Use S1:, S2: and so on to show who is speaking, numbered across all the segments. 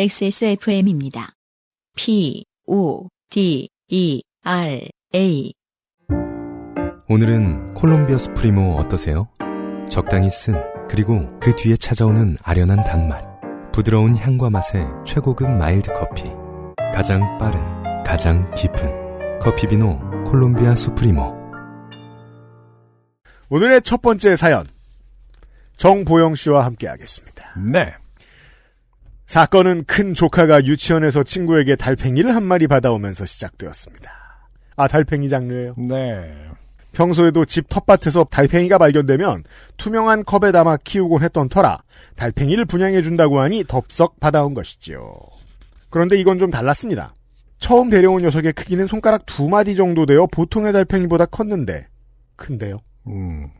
S1: XSFM입니다. P, O, D, E, R, A.
S2: 오늘은 콜롬비아 수프리모 어떠세요? 적당히 쓴, 그리고 그 뒤에 찾아오는 아련한 단맛. 부드러운 향과 맛의 최고급 마일드 커피. 가장 빠른, 가장 깊은. 커피비노 콜롬비아 수프리모.
S3: 오늘의 첫 번째 사연. 정보영 씨와 함께 하겠습니다.
S4: 네.
S3: 사건은 큰 조카가 유치원에서 친구에게 달팽이를 한 마리 받아오면서 시작되었습니다. 아, 달팽이 장르예요.
S4: 네.
S3: 평소에도 집 텃밭에서 달팽이가 발견되면 투명한 컵에 담아 키우곤 했던 터라 달팽이를 분양해 준다고 하니 덥석 받아온 것이지요. 그런데 이건 좀 달랐습니다. 처음 데려온 녀석의 크기는 손가락 두 마디 정도 되어 보통의 달팽이보다 컸는데 큰데요.
S4: 음.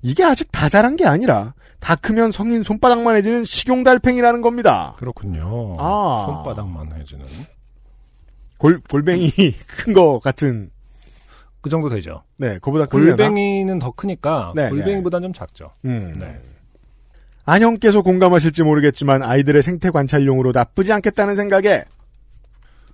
S3: 이게 아직 다 자란 게 아니라 다 크면 성인 손바닥만 해지는 식용 달팽이라는 겁니다.
S4: 그렇군요.
S3: 아.
S4: 손바닥만 해주는.
S3: 골 골뱅이 큰 거 같은
S4: 그 정도 되죠.
S3: 네 그보다 크려나?
S4: 골뱅이는 더 크니까
S3: 네,
S4: 골뱅이보단 좀 작죠.
S3: 음.
S4: 네.
S3: 안형께서 공감하실지 모르겠지만 아이들의 생태 관찰용으로 나쁘지 않겠다는 생각에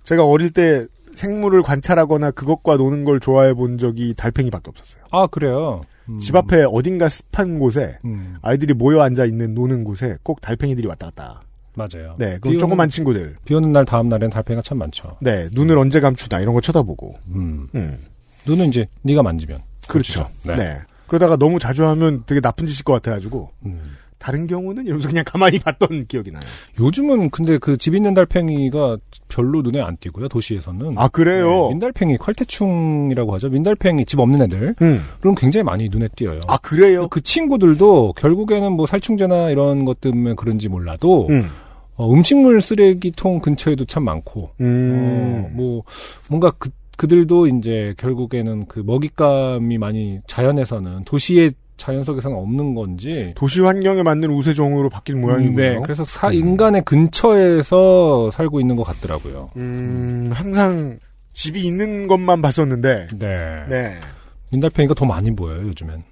S3: 제가 어릴 때 생물을 관찰하거나 그것과 노는 걸 좋아해 본 적이 달팽이밖에 없었어요.
S4: 아 그래요. 음.
S3: 집 앞에 어딘가 습한 곳에
S4: 음,
S3: 아이들이 모여 앉아 있는 노는 곳에 꼭 달팽이들이 왔다 갔다.
S4: 맞아요.
S3: 네,
S4: 비
S3: 그럼
S4: 오는-
S3: 조그만 친구들.
S4: 비 오는 날 다음 날엔 달팽이가 참 많죠.
S3: 네, 눈을 언제 감추나 이런 거 쳐다보고.
S4: 음.
S3: 음,
S4: 눈은 이제 네가 만지면.
S3: 그렇죠.
S4: 네.
S3: 네. 그러다가 너무 자주 하면 되게 나쁜 짓일 것 같아가지고
S4: 음.
S3: 다른 경우는 이러면서 그냥 가만히 봤던 기억이 나요.
S4: 요즘은 근데 그 집 있는 달팽이가 별로 눈에 안 띄고요. 도시에서는.
S3: 아 그래요.
S4: 네, 민달팽이, 콸태충이라고 하죠. 민달팽이 집 없는 애들.
S3: 음.
S4: 그럼 굉장히 많이 눈에 띄어요.
S3: 아 그래요.
S4: 그 친구들도 결국에는 뭐 살충제나 이런 것 때문에 그런지 몰라도
S3: 음.
S4: 어, 음식물 쓰레기통 근처에도 참 많고
S3: 음.
S4: 어, 뭐 뭔가 그 그들도 이제 결국에는 그 먹잇감이 많이 자연에서는 도시의 자연 속에서는 없는 건지
S3: 도시 환경에 맞는 우세종으로 바뀐
S4: 네,
S3: 모양이군요. 음.
S4: 그래서 사- 인간의 근처에서 살고 있는 것 같더라고요.
S3: 음, 항상 집이 있는 것만 봤었는데.
S4: 네.
S3: 네.
S4: 민달팽이가 더 많이 보여요, 요즘엔.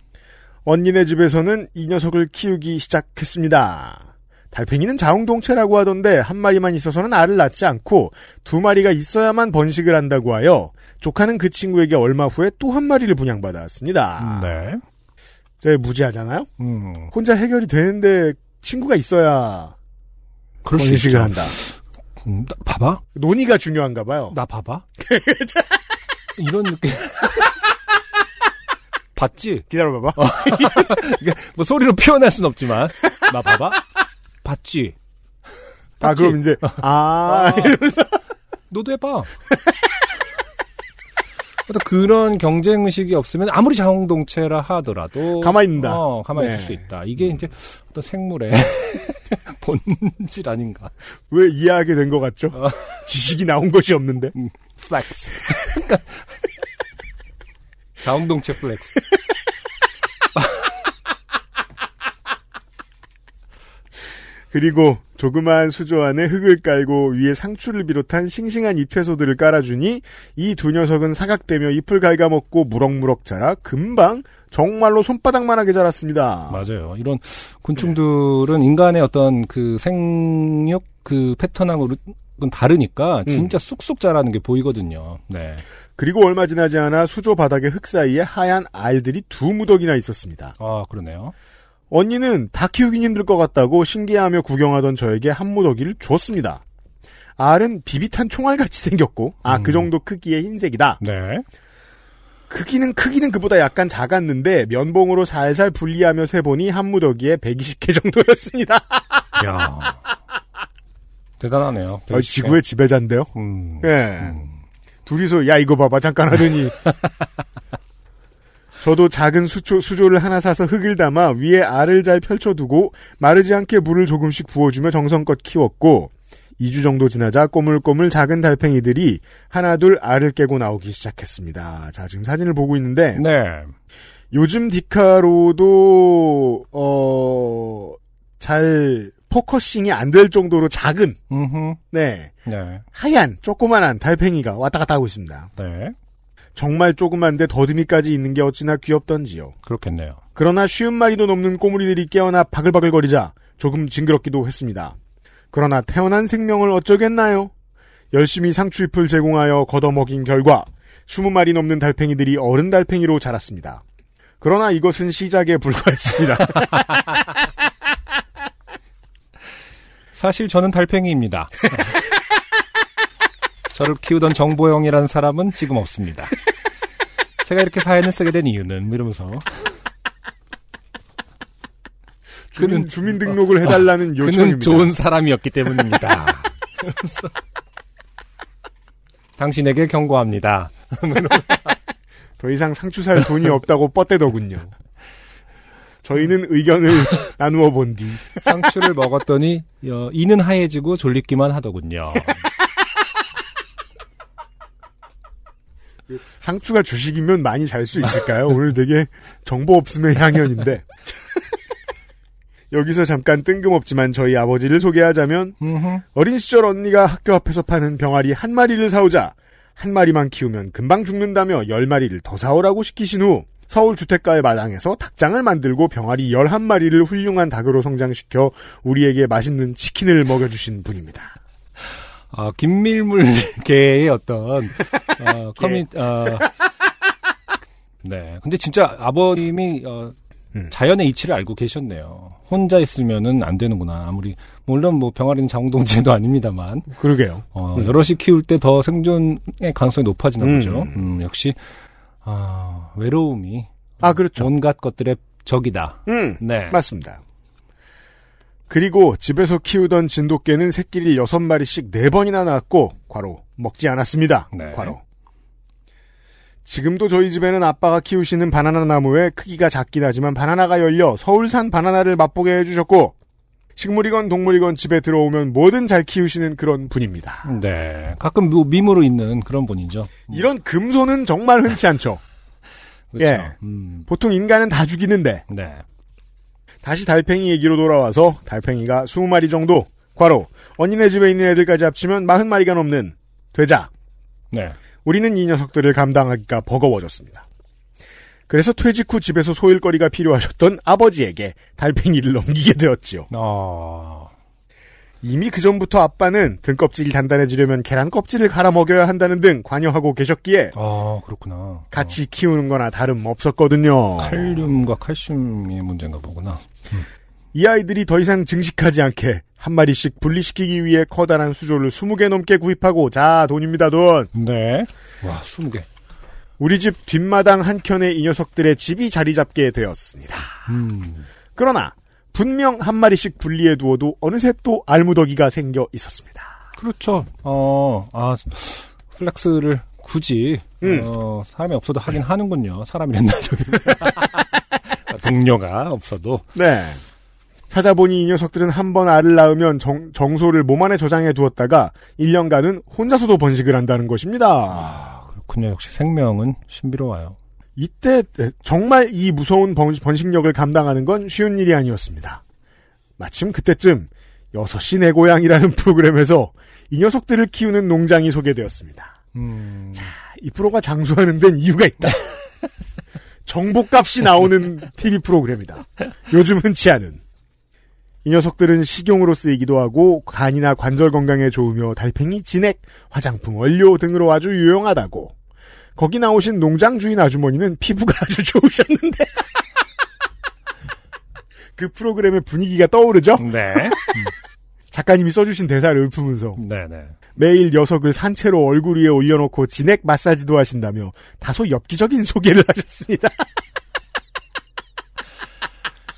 S3: 언니네 집에서는 이 녀석을 키우기 시작했습니다. 달팽이는 자웅동체라고 하던데 한 마리만 있어서는 알을 낳지 않고 두 마리가 있어야만 번식을 한다고 하여 조카는 그 친구에게 얼마 후에 또 한 마리를 분양받았습니다.
S4: 네.
S3: 제 무지하잖아요.
S4: 음.
S3: 혼자 해결이 되는데 친구가 있어야
S4: 그럴 수
S3: 번식을
S4: 있죠.
S3: 한다.
S4: 음, 나, 봐봐.
S3: 논의가 중요한가 봐요.
S4: 나 봐봐. 이런 느낌. 봤지?
S3: 기다려봐봐.
S4: 이게 뭐 소리로 표현할 순 없지만. 나 봐봐. 봤지? 어.
S3: 아 그럼 이제 아
S4: 너도 해봐. 어떤 그런 경쟁 의식이 없으면 아무리 자웅동체라 하더라도
S3: 가만히 있는다.
S4: 어, 가만히 있을
S3: 네.
S4: 수 있다. 이게 이제 어떤 생물의 본질 아닌가.
S3: 왜 이해하게 된 것 같죠?
S4: 아.
S3: 지식이 나온 것이 없는데.
S4: 플렉스. 그러니까 자웅동체 플렉스.
S3: 그리고 조그마한 수조 안에 흙을 깔고 위에 상추를 비롯한 싱싱한 잎채소들을 깔아주니 이 두 녀석은 사각대며 잎을 갉아먹고 무럭무럭 자라 금방 정말로 손바닥만하게 자랐습니다.
S4: 맞아요. 이런 곤충들은 인간의 어떤 그 생육 그 패턴하고는 다르니까 진짜 쑥쑥 자라는 게 보이거든요. 네.
S3: 그리고 얼마 지나지 않아 수조 바닥의 흙 사이에 하얀 알들이 두 무더기나 있었습니다.
S4: 아, 그러네요.
S3: 언니는 다 키우긴 힘들 것 같다고 신기해하며 구경하던 저에게 한 무더기를 줬습니다. 알은 비비탄 총알같이 생겼고 아 그 정도 크기의 흰색이다.
S4: 네.
S3: 크기는 크기는 그보다 약간 작았는데 면봉으로 살살 분리하며 세보니 한 무더기에 120개 정도였습니다. 아,
S4: 야 아, 대단하네요.
S3: 어, 지구의 지배자인데요.
S4: 음.
S3: 예. 둘이서 야 이거 봐봐 잠깐 하더니 저도 작은 수초, 수조를 하나 사서 흙을 담아 위에 알을 잘 펼쳐두고 마르지 않게 물을 조금씩 부어주며 정성껏 키웠고 2주 정도 지나자 꼬물꼬물 작은 달팽이들이 하나둘 알을 깨고 나오기 시작했습니다. 자 지금 사진을 보고 있는데
S4: 네.
S3: 요즘 디카로도 어, 어잘 포커싱이 안 될 정도로 작은
S4: 음흠.
S3: 네
S4: 네.
S3: 하얀 조그만한 달팽이가 왔다 갔다 하고 있습니다.
S4: 네.
S3: 정말 조그만데 더듬이까지 있는 게 어찌나 귀엽던지요.
S4: 그렇겠네요.
S3: 그러나 쉬운 마리도 넘는 꼬물이들이 깨어나 바글바글거리자 조금 징그럽기도 했습니다. 그러나 태어난 생명을 어쩌겠나요? 열심히 상추잎을 제공하여 걷어먹인 결과 20마리 넘는 달팽이들이 어른 달팽이로 자랐습니다. 그러나 이것은 시작에 불과했습니다.
S4: 사실 저는 달팽이입니다. 저를 키우던 정보영이라는 사람은 지금 없습니다. 제가 이렇게 사연을 쓰게 된 이유는 이러면서
S3: 주민,
S4: 그는- 어.
S3: 주민등록을 해달라는 요청입니다.
S4: 그는 좋은 사람이었기 때문입니다. 이러면서 당신에게 경고합니다.
S3: 더 이상 상추 살 돈이 없다고 뻗대더군요. 저희는 의견을 나누어 본 뒤
S4: 상추를 먹었더니 어, 이는 하얘지고 졸리기만 하더군요.
S3: 상추가 주식이면 많이 잘 수 있을까요? 오늘 되게 정보 없음의 향연인데. 여기서 잠깐 뜬금없지만 저희 아버지를 소개하자면
S4: 음흠.
S3: 어린 시절 언니가 학교 앞에서 파는 병아리 한 마리를 사오자 한 마리만 키우면 금방 죽는다며 열 마리를 더 사오라고 시키신 후 서울 주택가의 마당에서 닭장을 만들고 병아리 11마리를 훌륭한 닭으로 성장시켜 우리에게 맛있는 치킨을 먹여주신 분입니다.
S4: 아, 김밀물계의 어떤
S3: 예.
S4: 어, 커뮤 어, 네. 근데 진짜 아버님이 어,
S3: 음.
S4: 자연의 이치를 알고 계셨네요. 혼자 있으면은 안 되는구나. 아무리 물론 뭐 병아리는 자웅동체도 아닙니다만
S3: 그러게요.
S4: 어,
S3: 음.
S4: 여럿이 키울 때 더 생존의 가능성이 높아지나
S3: 음.
S4: 보죠. 음, 역시 아, 외로움이
S3: 아, 그렇죠.
S4: 온갖 것들의 적이다.
S3: 음.
S4: 네.
S3: 맞습니다. 그리고 집에서 키우던 진돗개는 새끼를 6마리씩 4번이나 낳았고, 과로, 먹지 않았습니다.
S4: 네.
S3: 과로. 지금도 저희 집에는 아빠가 키우시는 바나나 나무에 크기가 작긴 하지만 바나나가 열려 서울산 바나나를 맛보게 해주셨고, 식물이건 동물이건 집에 들어오면 뭐든 잘 키우시는 그런 분입니다.
S4: 네. 가끔 뭐 미모로 있는 그런 분이죠.
S3: 이런 금손은 정말 흔치 않죠.
S4: 그렇죠.
S3: 예.
S4: 음.
S3: 보통 인간은 다 죽이는데,
S4: 네.
S3: 다시 달팽이 얘기로 돌아와서 달팽이가 20마리 정도 과로 언니네 집에 있는 애들까지 합치면 40마리가 넘는 되자
S4: 네.
S3: 우리는 이 녀석들을 감당하기가 버거워졌습니다. 그래서 퇴직 후 집에서 소일거리가 필요하셨던 아버지에게 달팽이를 넘기게 되었지요.
S4: 어.
S3: 이미 그전부터 아빠는 등껍질이 단단해지려면 계란 껍질을 갈아 먹여야 한다는 등 관여하고 계셨기에
S4: 아, 그렇구나.
S3: 같이 키우는 거나 다름 없었거든요.
S4: 어, 칼륨과 칼슘의 문제인가 보구나.
S3: 이 아이들이 더 이상 증식하지 않게 한 마리씩 분리시키기 위해 커다란 수조를 20개 넘게 구입하고 자 돈입니다 돈
S4: 네. 와, 20개.
S3: 우리 집 뒷마당 한켠에 이 녀석들의 집이 자리 잡게 되었습니다
S4: 음.
S3: 그러나 분명 한 마리씩 분리해 두어도 어느새 또 알무더기가 생겨 있었습니다
S4: 그렇죠. 어, 아, 플렉스를 굳이,
S3: 음.
S4: 어, 사람이 없어도 하긴 하는군요. 사람이랬나, 저기. 동료가 없어도.
S3: 네 찾아보니 이 녀석들은 한 번 알을 낳으면 정, 정소를 몸 안에 저장해 두었다가 1년간은 혼자서도 번식을 한다는 것입니다
S4: 그렇군요. 역시 생명은 신비로워요.
S3: 이때 정말 이 무서운 번- 번식력을 감당하는 건 쉬운 일이 아니었습니다. 마침 그때쯤 6시 내 고향이라는 프로그램에서 이 녀석들을 키우는 농장이 소개되었습니다.
S4: 음.
S3: 이 프로가 장수하는 데는 이유가 있다. 정보값이 나오는 TV 프로그램이다. 요즘 흔치 않은. 이 녀석들은 식용으로 쓰이기도 하고 간이나 관절 건강에 좋으며 달팽이 진액, 화장품 원료 등으로 아주 유용하다고. 거기 나오신 농장 주인 아주머니는 피부가 아주 좋으셨는데 그 프로그램의 분위기가 떠오르죠?
S4: 네.
S3: 작가님이 써주신 대사를 읊으면서
S4: 네네.
S3: 매일 녀석을 산채로 얼굴 위에 올려놓고 진액 마사지도 하신다며 다소 엽기적인 소개를 하셨습니다.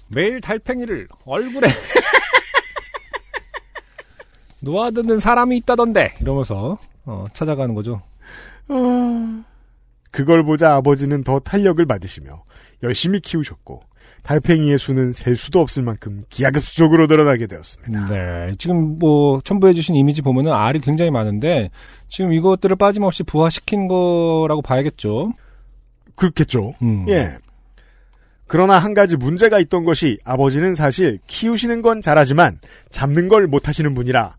S4: 매일 달팽이를 얼굴에 놓아두는 사람이 있다던데 이러면서 어, 찾아가는 거죠.
S3: 아, 그걸 보자 아버지는 더 탄력을 받으시며 열심히 키우셨고 달팽이의 수는 셀 수도 없을 만큼 기하급수적으로 늘어나게 되었습니다.
S4: 네, 지금 뭐 첨부해주신 이미지 보면은 알이 굉장히 많은데 지금 이것들을 빠짐없이 부화시킨 거라고 봐야겠죠.
S3: 그렇겠죠.
S4: 음.
S3: 예. 그러나 한 가지 문제가 있던 것이 아버지는 사실 키우시는 건 잘하지만 잡는 걸 못하시는 분이라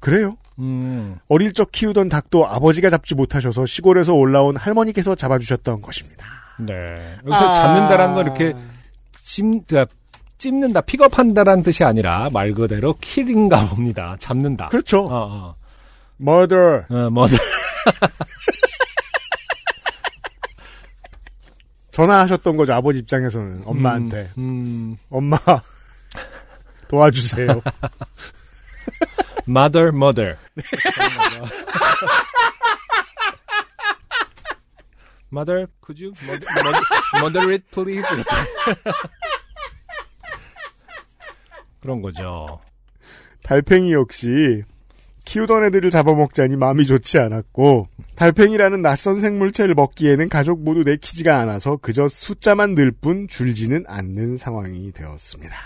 S3: 그래요.
S4: 음,
S3: 어릴 적 키우던 닭도 아버지가 잡지 못하셔서 시골에서 올라온 할머니께서 잡아주셨던 것입니다.
S4: 네. 여기서 잡는다라는 건 이렇게 찜, 그러니까 찝는다, 픽업한다라는 뜻이 아니라 말 그대로 킬인가 봅니다. 잡는다.
S3: 그렇죠.
S4: 어, 어.
S3: murder.
S4: 어, 뭐,
S3: 전화하셨던 거죠. 아버지 입장에서는 엄마한테
S4: 음,
S3: 엄마 도와주세요.
S4: mother, mother. mother, could you mother, mother, mother it please? 이렇게. 그런 거죠.
S3: 달팽이 역시 키우던 애들을 잡아먹자니 마음이 좋지 않았고 달팽이라는 낯선 생물체를 먹기에는 가족 모두 내키지가 않아서 그저 숫자만 늘 뿐 줄지는 않는 상황이 되었습니다.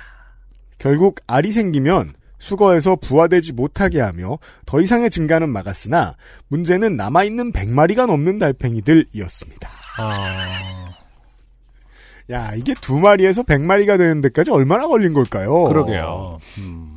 S3: 결국 알이 생기면 수거해서 부화되지 못하게 하며 더 이상의 증가는 막았으나 문제는 남아있는 100마리가 넘는 달팽이들이었습니다.
S4: 아,
S3: 야 이게 두 마리에서 100마리가 되는 데까지 얼마나 걸린 걸까요?
S4: 그러게요. 음.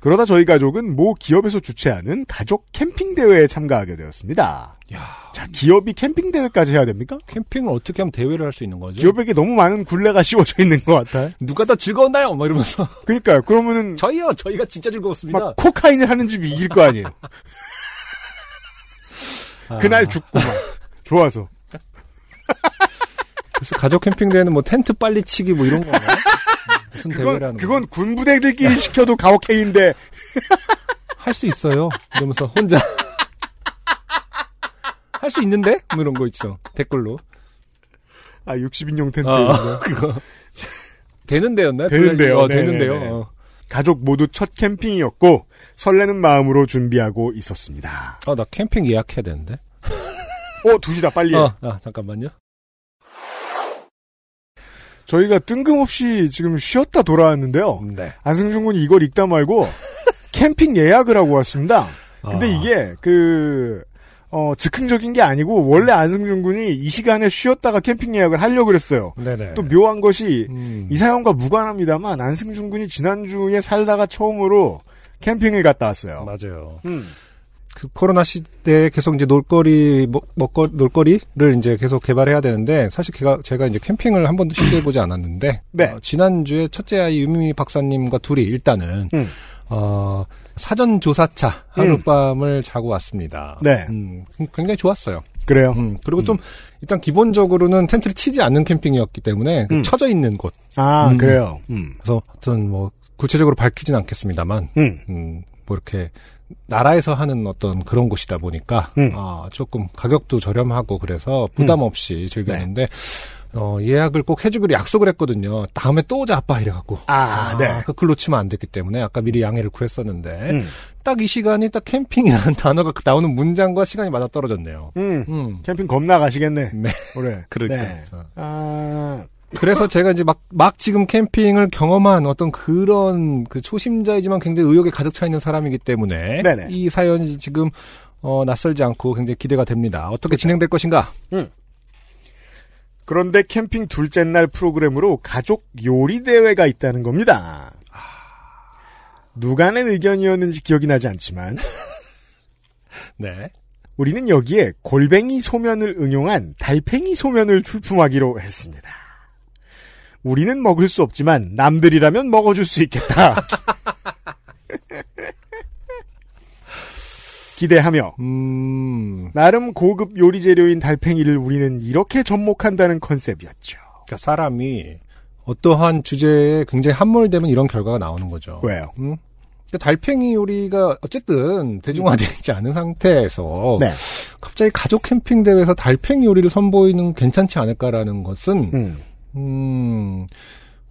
S3: 그러다 저희 가족은 모 기업에서 주최하는 가족 캠핑 대회에 참가하게 되었습니다.
S4: 야.
S3: 자, 기업이 캠핑 대회까지 해야 됩니까?
S4: 캠핑을 어떻게 하면 대회를 할 수 있는 거죠?
S3: 기업에게 너무 많은 굴레가 씌워져 있는 것 같아요.
S4: 누가 더 즐거웠나요? 막 이러면서
S3: 그러니까요. 그러면은
S4: 저희요, 저희가 진짜 즐거웠습니다.
S3: 막 코카인을 하는 집이 이길 거 아니에요.
S4: 아,
S3: 그날 죽고 막 좋아서
S4: 그래서 가족 캠핑 대회는 뭐 텐트 빨리 치기 뭐 이런 거나 무슨
S3: 그건
S4: 대회라는
S3: 그건 군부대들끼리 시켜도 가혹행인데
S4: 할수 있어요. 이러면서 혼자 할 수 있는데 뭐 이런 거 있죠. 댓글로
S3: 아 60인용 텐트
S4: 아, 그거 되는데였나요?
S3: 되는데요.
S4: 어,
S3: 네,
S4: 되는데요.
S3: 네, 네.
S4: 어.
S3: 가족 모두 첫 캠핑이었고 설레는 마음으로 준비하고 있었습니다.
S4: 아, 나 캠핑 예약해야 되는데.
S3: 어 두시다 빨리. 해.
S4: 어, 아, 잠깐만요.
S3: 저희가 뜬금없이 지금 쉬었다 돌아왔는데요.
S4: 네.
S3: 안승준 군이 이걸 읽다 말고 캠핑 예약을 하고 왔습니다. 근데
S4: 아,
S3: 이게 그 어, 즉흥적인 게 아니고 원래 안승준 군이 이 시간에 쉬었다가 캠핑 예약을 하려고 그랬어요.
S4: 네네.
S3: 또 묘한 것이
S4: 음.
S3: 이 사연과 무관합니다만 안승준 군이 지난주에 살다가 처음으로 캠핑을 갔다 왔어요.
S4: 맞아요.
S3: 음.
S4: 그 코로나 시대에 계속 이제 놀거리 먹, 먹거 놀거리를 이제 계속 개발해야 되는데 사실 제가 제가 이제 캠핑을 한 번도 시도해 보지 않았는데
S3: 네.
S4: 어, 지난주에 첫째 아이 유미 박사님과 둘이 일단은
S3: 음.
S4: 어, 사전 조사차 하룻밤을 자고 왔습니다.
S3: 음. 네.
S4: 음, 굉장히 좋았어요.
S3: 그래요.
S4: 음, 그리고 좀 일단 기본적으로는 텐트를 치지 않는 캠핑이었기 때문에 그
S3: 음.
S4: 쳐져 있는 곳.
S3: 아
S4: 음.
S3: 그래요. 음.
S4: 그래서 어떤 뭐 구체적으로 밝히진 않겠습니다만
S3: 음.
S4: 음, 뭐 이렇게 나라에서 하는 어떤 그런 곳이다 보니까
S3: 음.
S4: 아, 조금 가격도 저렴하고 그래서 부담 없이 즐겼는데 어, 예약을 꼭 해주기로 약속을 했거든요. 다음에 또 오자 아빠 이래갖고.
S3: 아, 네.
S4: 그 글로 치면 안 됐기 때문에 아까 미리 양해를 구했었는데
S3: 음.
S4: 딱 이 시간이 딱 캠핑이라는 단어가 그 나오는 문장과 시간이 맞아 떨어졌네요.
S3: 음.
S4: 음.
S3: 캠핑 겁나 가시겠네.
S4: 네.
S3: 올해.
S4: 그러니까.
S3: 네.
S4: 어.
S3: 아,
S4: 그래서 제가 이제 막, 막 지금 캠핑을 경험한 어떤 그런 그 초심자이지만 굉장히 의욕에 가득 차 있는 사람이기 때문에
S3: 네네.
S4: 이 사연이 지금 어, 낯설지 않고 굉장히 기대가 됩니다. 어떻게
S3: 그렇죠.
S4: 진행될 것인가?
S3: 그런데 캠핑 둘째 날 프로그램으로 가족 요리 대회가 있다는 겁니다. 누가 낸 의견이었는지 기억이 나지 않지만
S4: 네.
S3: 우리는 여기에 골뱅이 소면을 응용한 달팽이 소면을 출품하기로 했습니다. 우리는 먹을 수 없지만 남들이라면 먹어줄 수 있겠다. 기대하며
S4: 음,
S3: 나름 고급 요리 재료인 달팽이를 우리는 이렇게 접목한다는 컨셉이었죠.
S4: 그러니까 사람이 어떠한 주제에 굉장히 함몰되면 이런 결과가 나오는 거죠.
S3: 왜요?
S4: 음. 그러니까 달팽이 요리가 어쨌든 대중화되지 않은 상태에서
S3: 네.
S4: 갑자기 가족 캠핑 대회에서 달팽이 요리를 선보이는 괜찮지 않을까라는 것은
S3: 음.
S4: 음,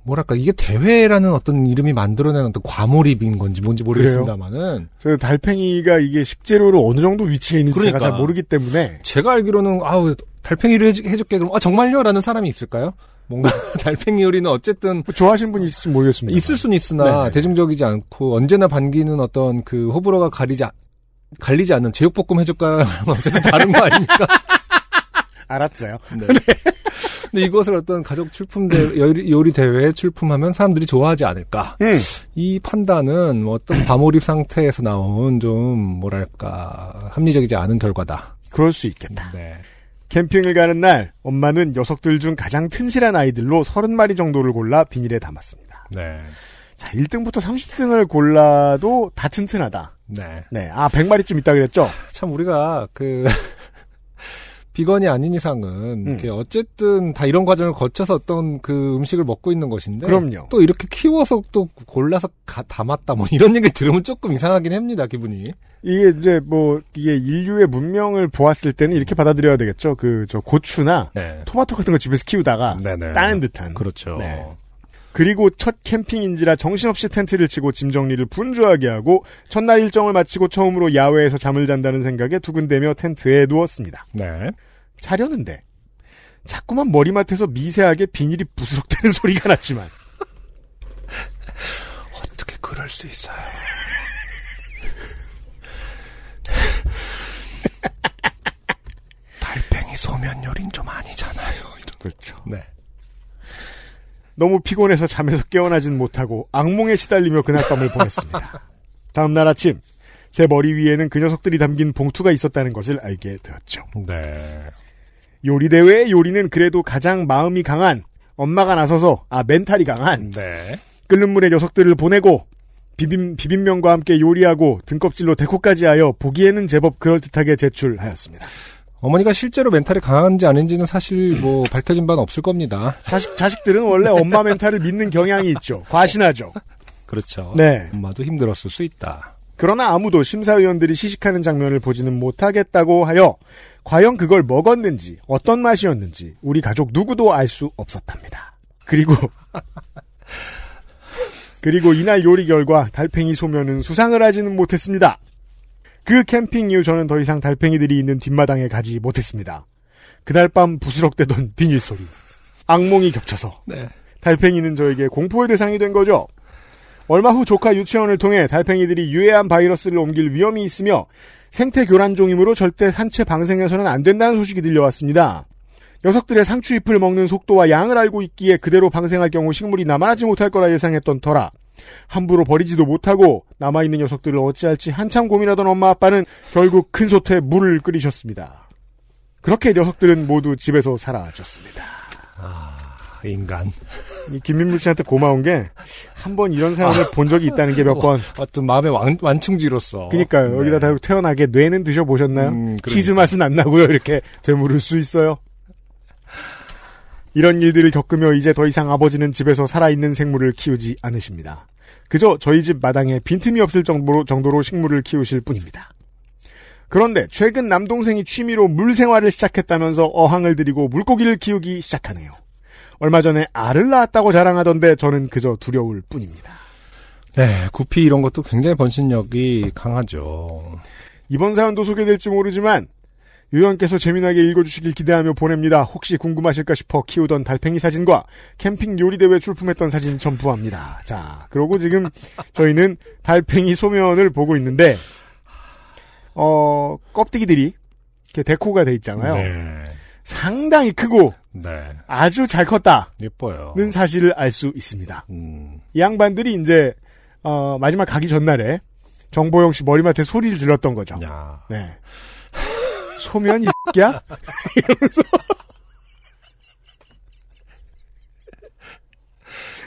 S4: 뭐랄까, 이게 대회라는 어떤 이름이 만들어낸 어떤 과몰입인 건지 뭔지 모르겠습니다만은.
S3: 저는 달팽이가 이게 식재료로 어느 정도 위치에 있는지 제가
S4: 그러니까.
S3: 잘 모르기 때문에
S4: 제가 알기로는, 아우, 달팽이를 해주, 해줄게. 그럼, 아, 정말요? 라는 사람이 있을까요? 뭔가, 달팽이 요리는 어쨌든,
S3: 뭐 좋아하시는 분이 있을지 모르겠습니다.
S4: 있을 순 있으나,
S3: 네네.
S4: 대중적이지 않고, 언제나 반기는 어떤 그 호불호가 가리지, 않- 갈리지 않는 제육볶음 해줄까랑 어쨌든 다른 거 아닙니까?
S3: 알았어요.
S4: 네. 근데 이것을 어떤 가족 출품 대 요리, 요리 대회에 출품하면 사람들이 좋아하지 않을까.
S3: 음.
S4: 이 판단은 뭐 어떤 과몰입 상태에서 나온 좀 뭐랄까 합리적이지 않은 결과다.
S3: 그럴 수 있겠다.
S4: 네.
S3: 캠핑을 가는 날 엄마는 녀석들 중 가장 튼실한 아이들로 30마리 정도를 골라 비닐에 담았습니다.
S4: 네.
S3: 자, 1등부터 30등을 골라도 다 튼튼하다.
S4: 네.
S3: 네. 아, 100마리쯤 있다 그랬죠?
S4: 참 우리가 그 비건이 아닌 이상은
S3: 음.
S4: 이렇게 어쨌든 다 이런 과정을 거쳐서 어떤 그 음식을 먹고 있는 것인데
S3: 그럼요.
S4: 또 이렇게 키워서 또 골라서 가- 담았다 뭐 이런 얘기 들으면 조금 이상하긴 합니다 기분이
S3: 이게 이제 뭐, 이게 인류의 문명을 보았을 때는 이렇게 받아들여야 되겠죠? 그, 저 고추나
S4: 네
S3: 토마토 같은 거 집에서 키우다가
S4: 네네
S3: 따는 듯한.
S4: 그렇죠
S3: 네. 그리고 첫 캠핑인지라 정신없이 텐트를 치고 짐 정리를 분주하게 하고 첫날 일정을 마치고 처음으로 야외에서 잠을 잔다는 생각에 두근대며 텐트에 누웠습니다.
S4: 네
S3: 자려는데 자꾸만 머리맡에서 미세하게 비닐이 부스럭대는 소리가 났지만
S4: 어떻게 그럴 수 있어요 달팽이 소면 요린 좀 아니잖아요 그렇죠 네
S3: 너무 피곤해서 잠에서 깨어나진 못하고 악몽에 시달리며 그날 밤을 보냈습니다. 다음 날 아침 제 머리 위에는 그 녀석들이 담긴 봉투가 있었다는 것을 알게 되었죠.
S4: 네.
S3: 요리 대회의 요리는 그래도 가장 마음이 강한 엄마가 나서서 아 멘탈이 강한
S4: 네.
S3: 끓는 물에 녀석들을 보내고 비빔 비빔면과 함께 요리하고 등껍질로 데코까지 하여 보기에는 제법 그럴듯하게 제출하였습니다.
S4: 어머니가 실제로 멘탈이 강한지 아닌지는 사실 뭐 밝혀진 바는 없을 겁니다.
S3: 자식 자식들은 원래 엄마 멘탈을 믿는 경향이 있죠. 과신하죠.
S4: 그렇죠.
S3: 네.
S4: 엄마도 힘들었을 수 있다.
S3: 그러나 아무도 심사위원들이 시식하는 장면을 보지는 못하겠다고 하여 과연 그걸 먹었는지 어떤 맛이었는지 우리 가족 누구도 알 수 없었답니다. 그리고 그리고 이날 요리 결과 달팽이 소면은 수상을 하지는 못했습니다. 그 캠핑 이후 저는 더 이상 달팽이들이 있는 뒷마당에 가지 못했습니다. 그날 밤 부스럭대던 비닐 소리, 악몽이 겹쳐서
S4: 네.
S3: 달팽이는 저에게 공포의 대상이 된 거죠. 얼마 후 조카 유치원을 통해 달팽이들이 유해한 바이러스를 옮길 위험이 있으며 생태 교란종이므로 절대 산채 방생해서는 안 된다는 소식이 들려왔습니다. 녀석들의 상추잎을 먹는 속도와 양을 알고 있기에 그대로 방생할 경우 식물이 남아나지 못할 거라 예상했던 터라 함부로 버리지도 못하고 남아있는 녀석들을 어찌할지 한참 고민하던 엄마 아빠는 결국 큰 솥에 물을 끓이셨습니다. 그렇게 녀석들은 모두 집에서 사라졌습니다.
S4: 아, 인간.
S3: 이 김민물 씨한테 고마운 게, 한 번 이런 사람을 본 적이 있다는 게 몇 번.
S4: 어떤 마음의 완, 완충지로서.
S3: 그니까요.
S4: 네.
S3: 여기다 다 태어나게 뇌는 드셔보셨나요?
S4: 음, 그러니까.
S3: 치즈 맛은 안 나고요. 이렇게 되물을 수 있어요. 이런 일들을 겪으며 이제 더 이상 아버지는 집에서 살아있는 생물을 키우지 않으십니다. 그저 저희 집 마당에 빈틈이 없을 정도로, 정도로 식물을 키우실 뿐입니다. 그런데 최근 남동생이 취미로 물 생활을 시작했다면서 어항을 들이고 물고기를 키우기 시작하네요. 얼마 전에 알을 낳았다고 자랑하던데 저는 그저 두려울 뿐입니다.
S4: 네. 구피 이런 것도 굉장히 번식력이 강하죠.
S3: 이번 사연도 소개될지 모르지만 유연께서 재미나게 읽어주시길 기대하며 보냅니다. 혹시 궁금하실까 싶어 키우던 달팽이 사진과 캠핑 요리 대회 출품했던 사진 첨부합니다. 자, 그러고 지금 저희는 달팽이 소면을 보고 있는데 어 껍데기들이 이렇게 데코가 돼 있잖아요.
S4: 네.
S3: 상당히 크고
S4: 네.
S3: 아주 잘 컸다는
S4: 예뻐요.
S3: 사실을 알 수 있습니다.
S4: 음.
S3: 이 양반들이 이제 어, 마지막 가기 전날에 정보영 씨 머리맡에 소리를 질렀던 거죠.
S4: 야.
S3: 네. 소면 이 새끼야?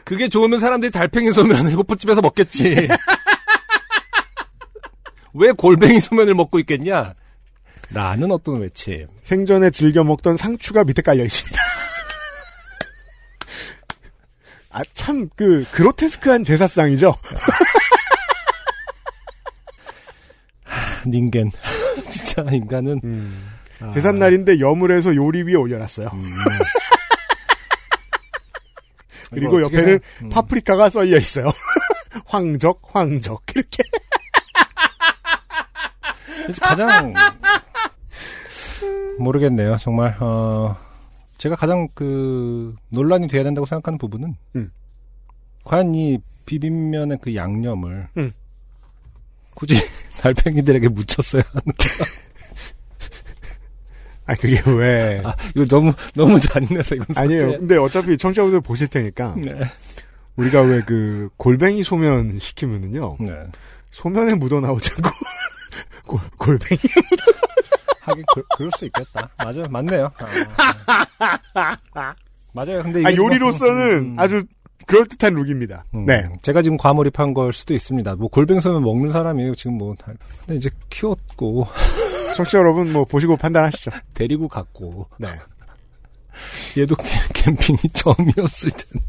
S4: 그게 좋으면 사람들이 달팽이 소면 일곱부집에서 먹겠지. 왜 골뱅이 소면을 먹고 있겠냐? 나는 어떤 외침.
S3: 생전에 즐겨 먹던 상추가 밑에 깔려 있습니다. 아, 참, 그, 그로테스크한 제사상이죠?
S4: 닌겐. 진짜 인간은. 아,
S3: 제삿날인데 염을 해서 요리 위에 올려놨어요. 그리고
S4: 이거 어떻게
S3: 옆에는
S4: 생- 음.
S3: 파프리카가 썰려 있어요. 황적, 황적, 이렇게.
S4: 그래서 가장 모르겠네요. 정말 어, 제가 가장 그 논란이 돼야 된다고 생각하는 부분은
S3: 음.
S4: 과연 이 비빔면의 그 양념을
S3: 음.
S4: 굳이 달팽이들에게 묻혔어야 하는
S3: 아, 그게 왜.
S4: 아, 이거 너무 너무 잔인해서 이건
S3: 아, 니에요 음.
S4: 삭제.
S3: 근데 어차피 청취자분들 보실 테니까,
S4: 네.
S3: 우리가 왜 그, 골뱅이 소면 시키면은요,
S4: 네.
S3: 소면에 묻어나오자고, 골, 골뱅이
S4: 하긴 그, 그럴 수 있겠다. 맞아요. 맞네요. 아, 아. 맞아요. 근데 이게
S3: 아, 요리로서는
S4: 음,
S3: 아주 그럴듯한 룩입니다.
S4: 음,
S3: 네.
S4: 제가 지금 과몰입한 걸 수도 있습니다. 뭐 골뱅소면 먹는 사람이에요. 지금 뭐 다- 근데 이제 키웠고
S3: 청취자 여러분, 뭐, 보시고 판단하시죠.
S4: 데리고 갔고
S3: 네.
S4: 얘도 캠- 캠핑이 처음이었을 텐데.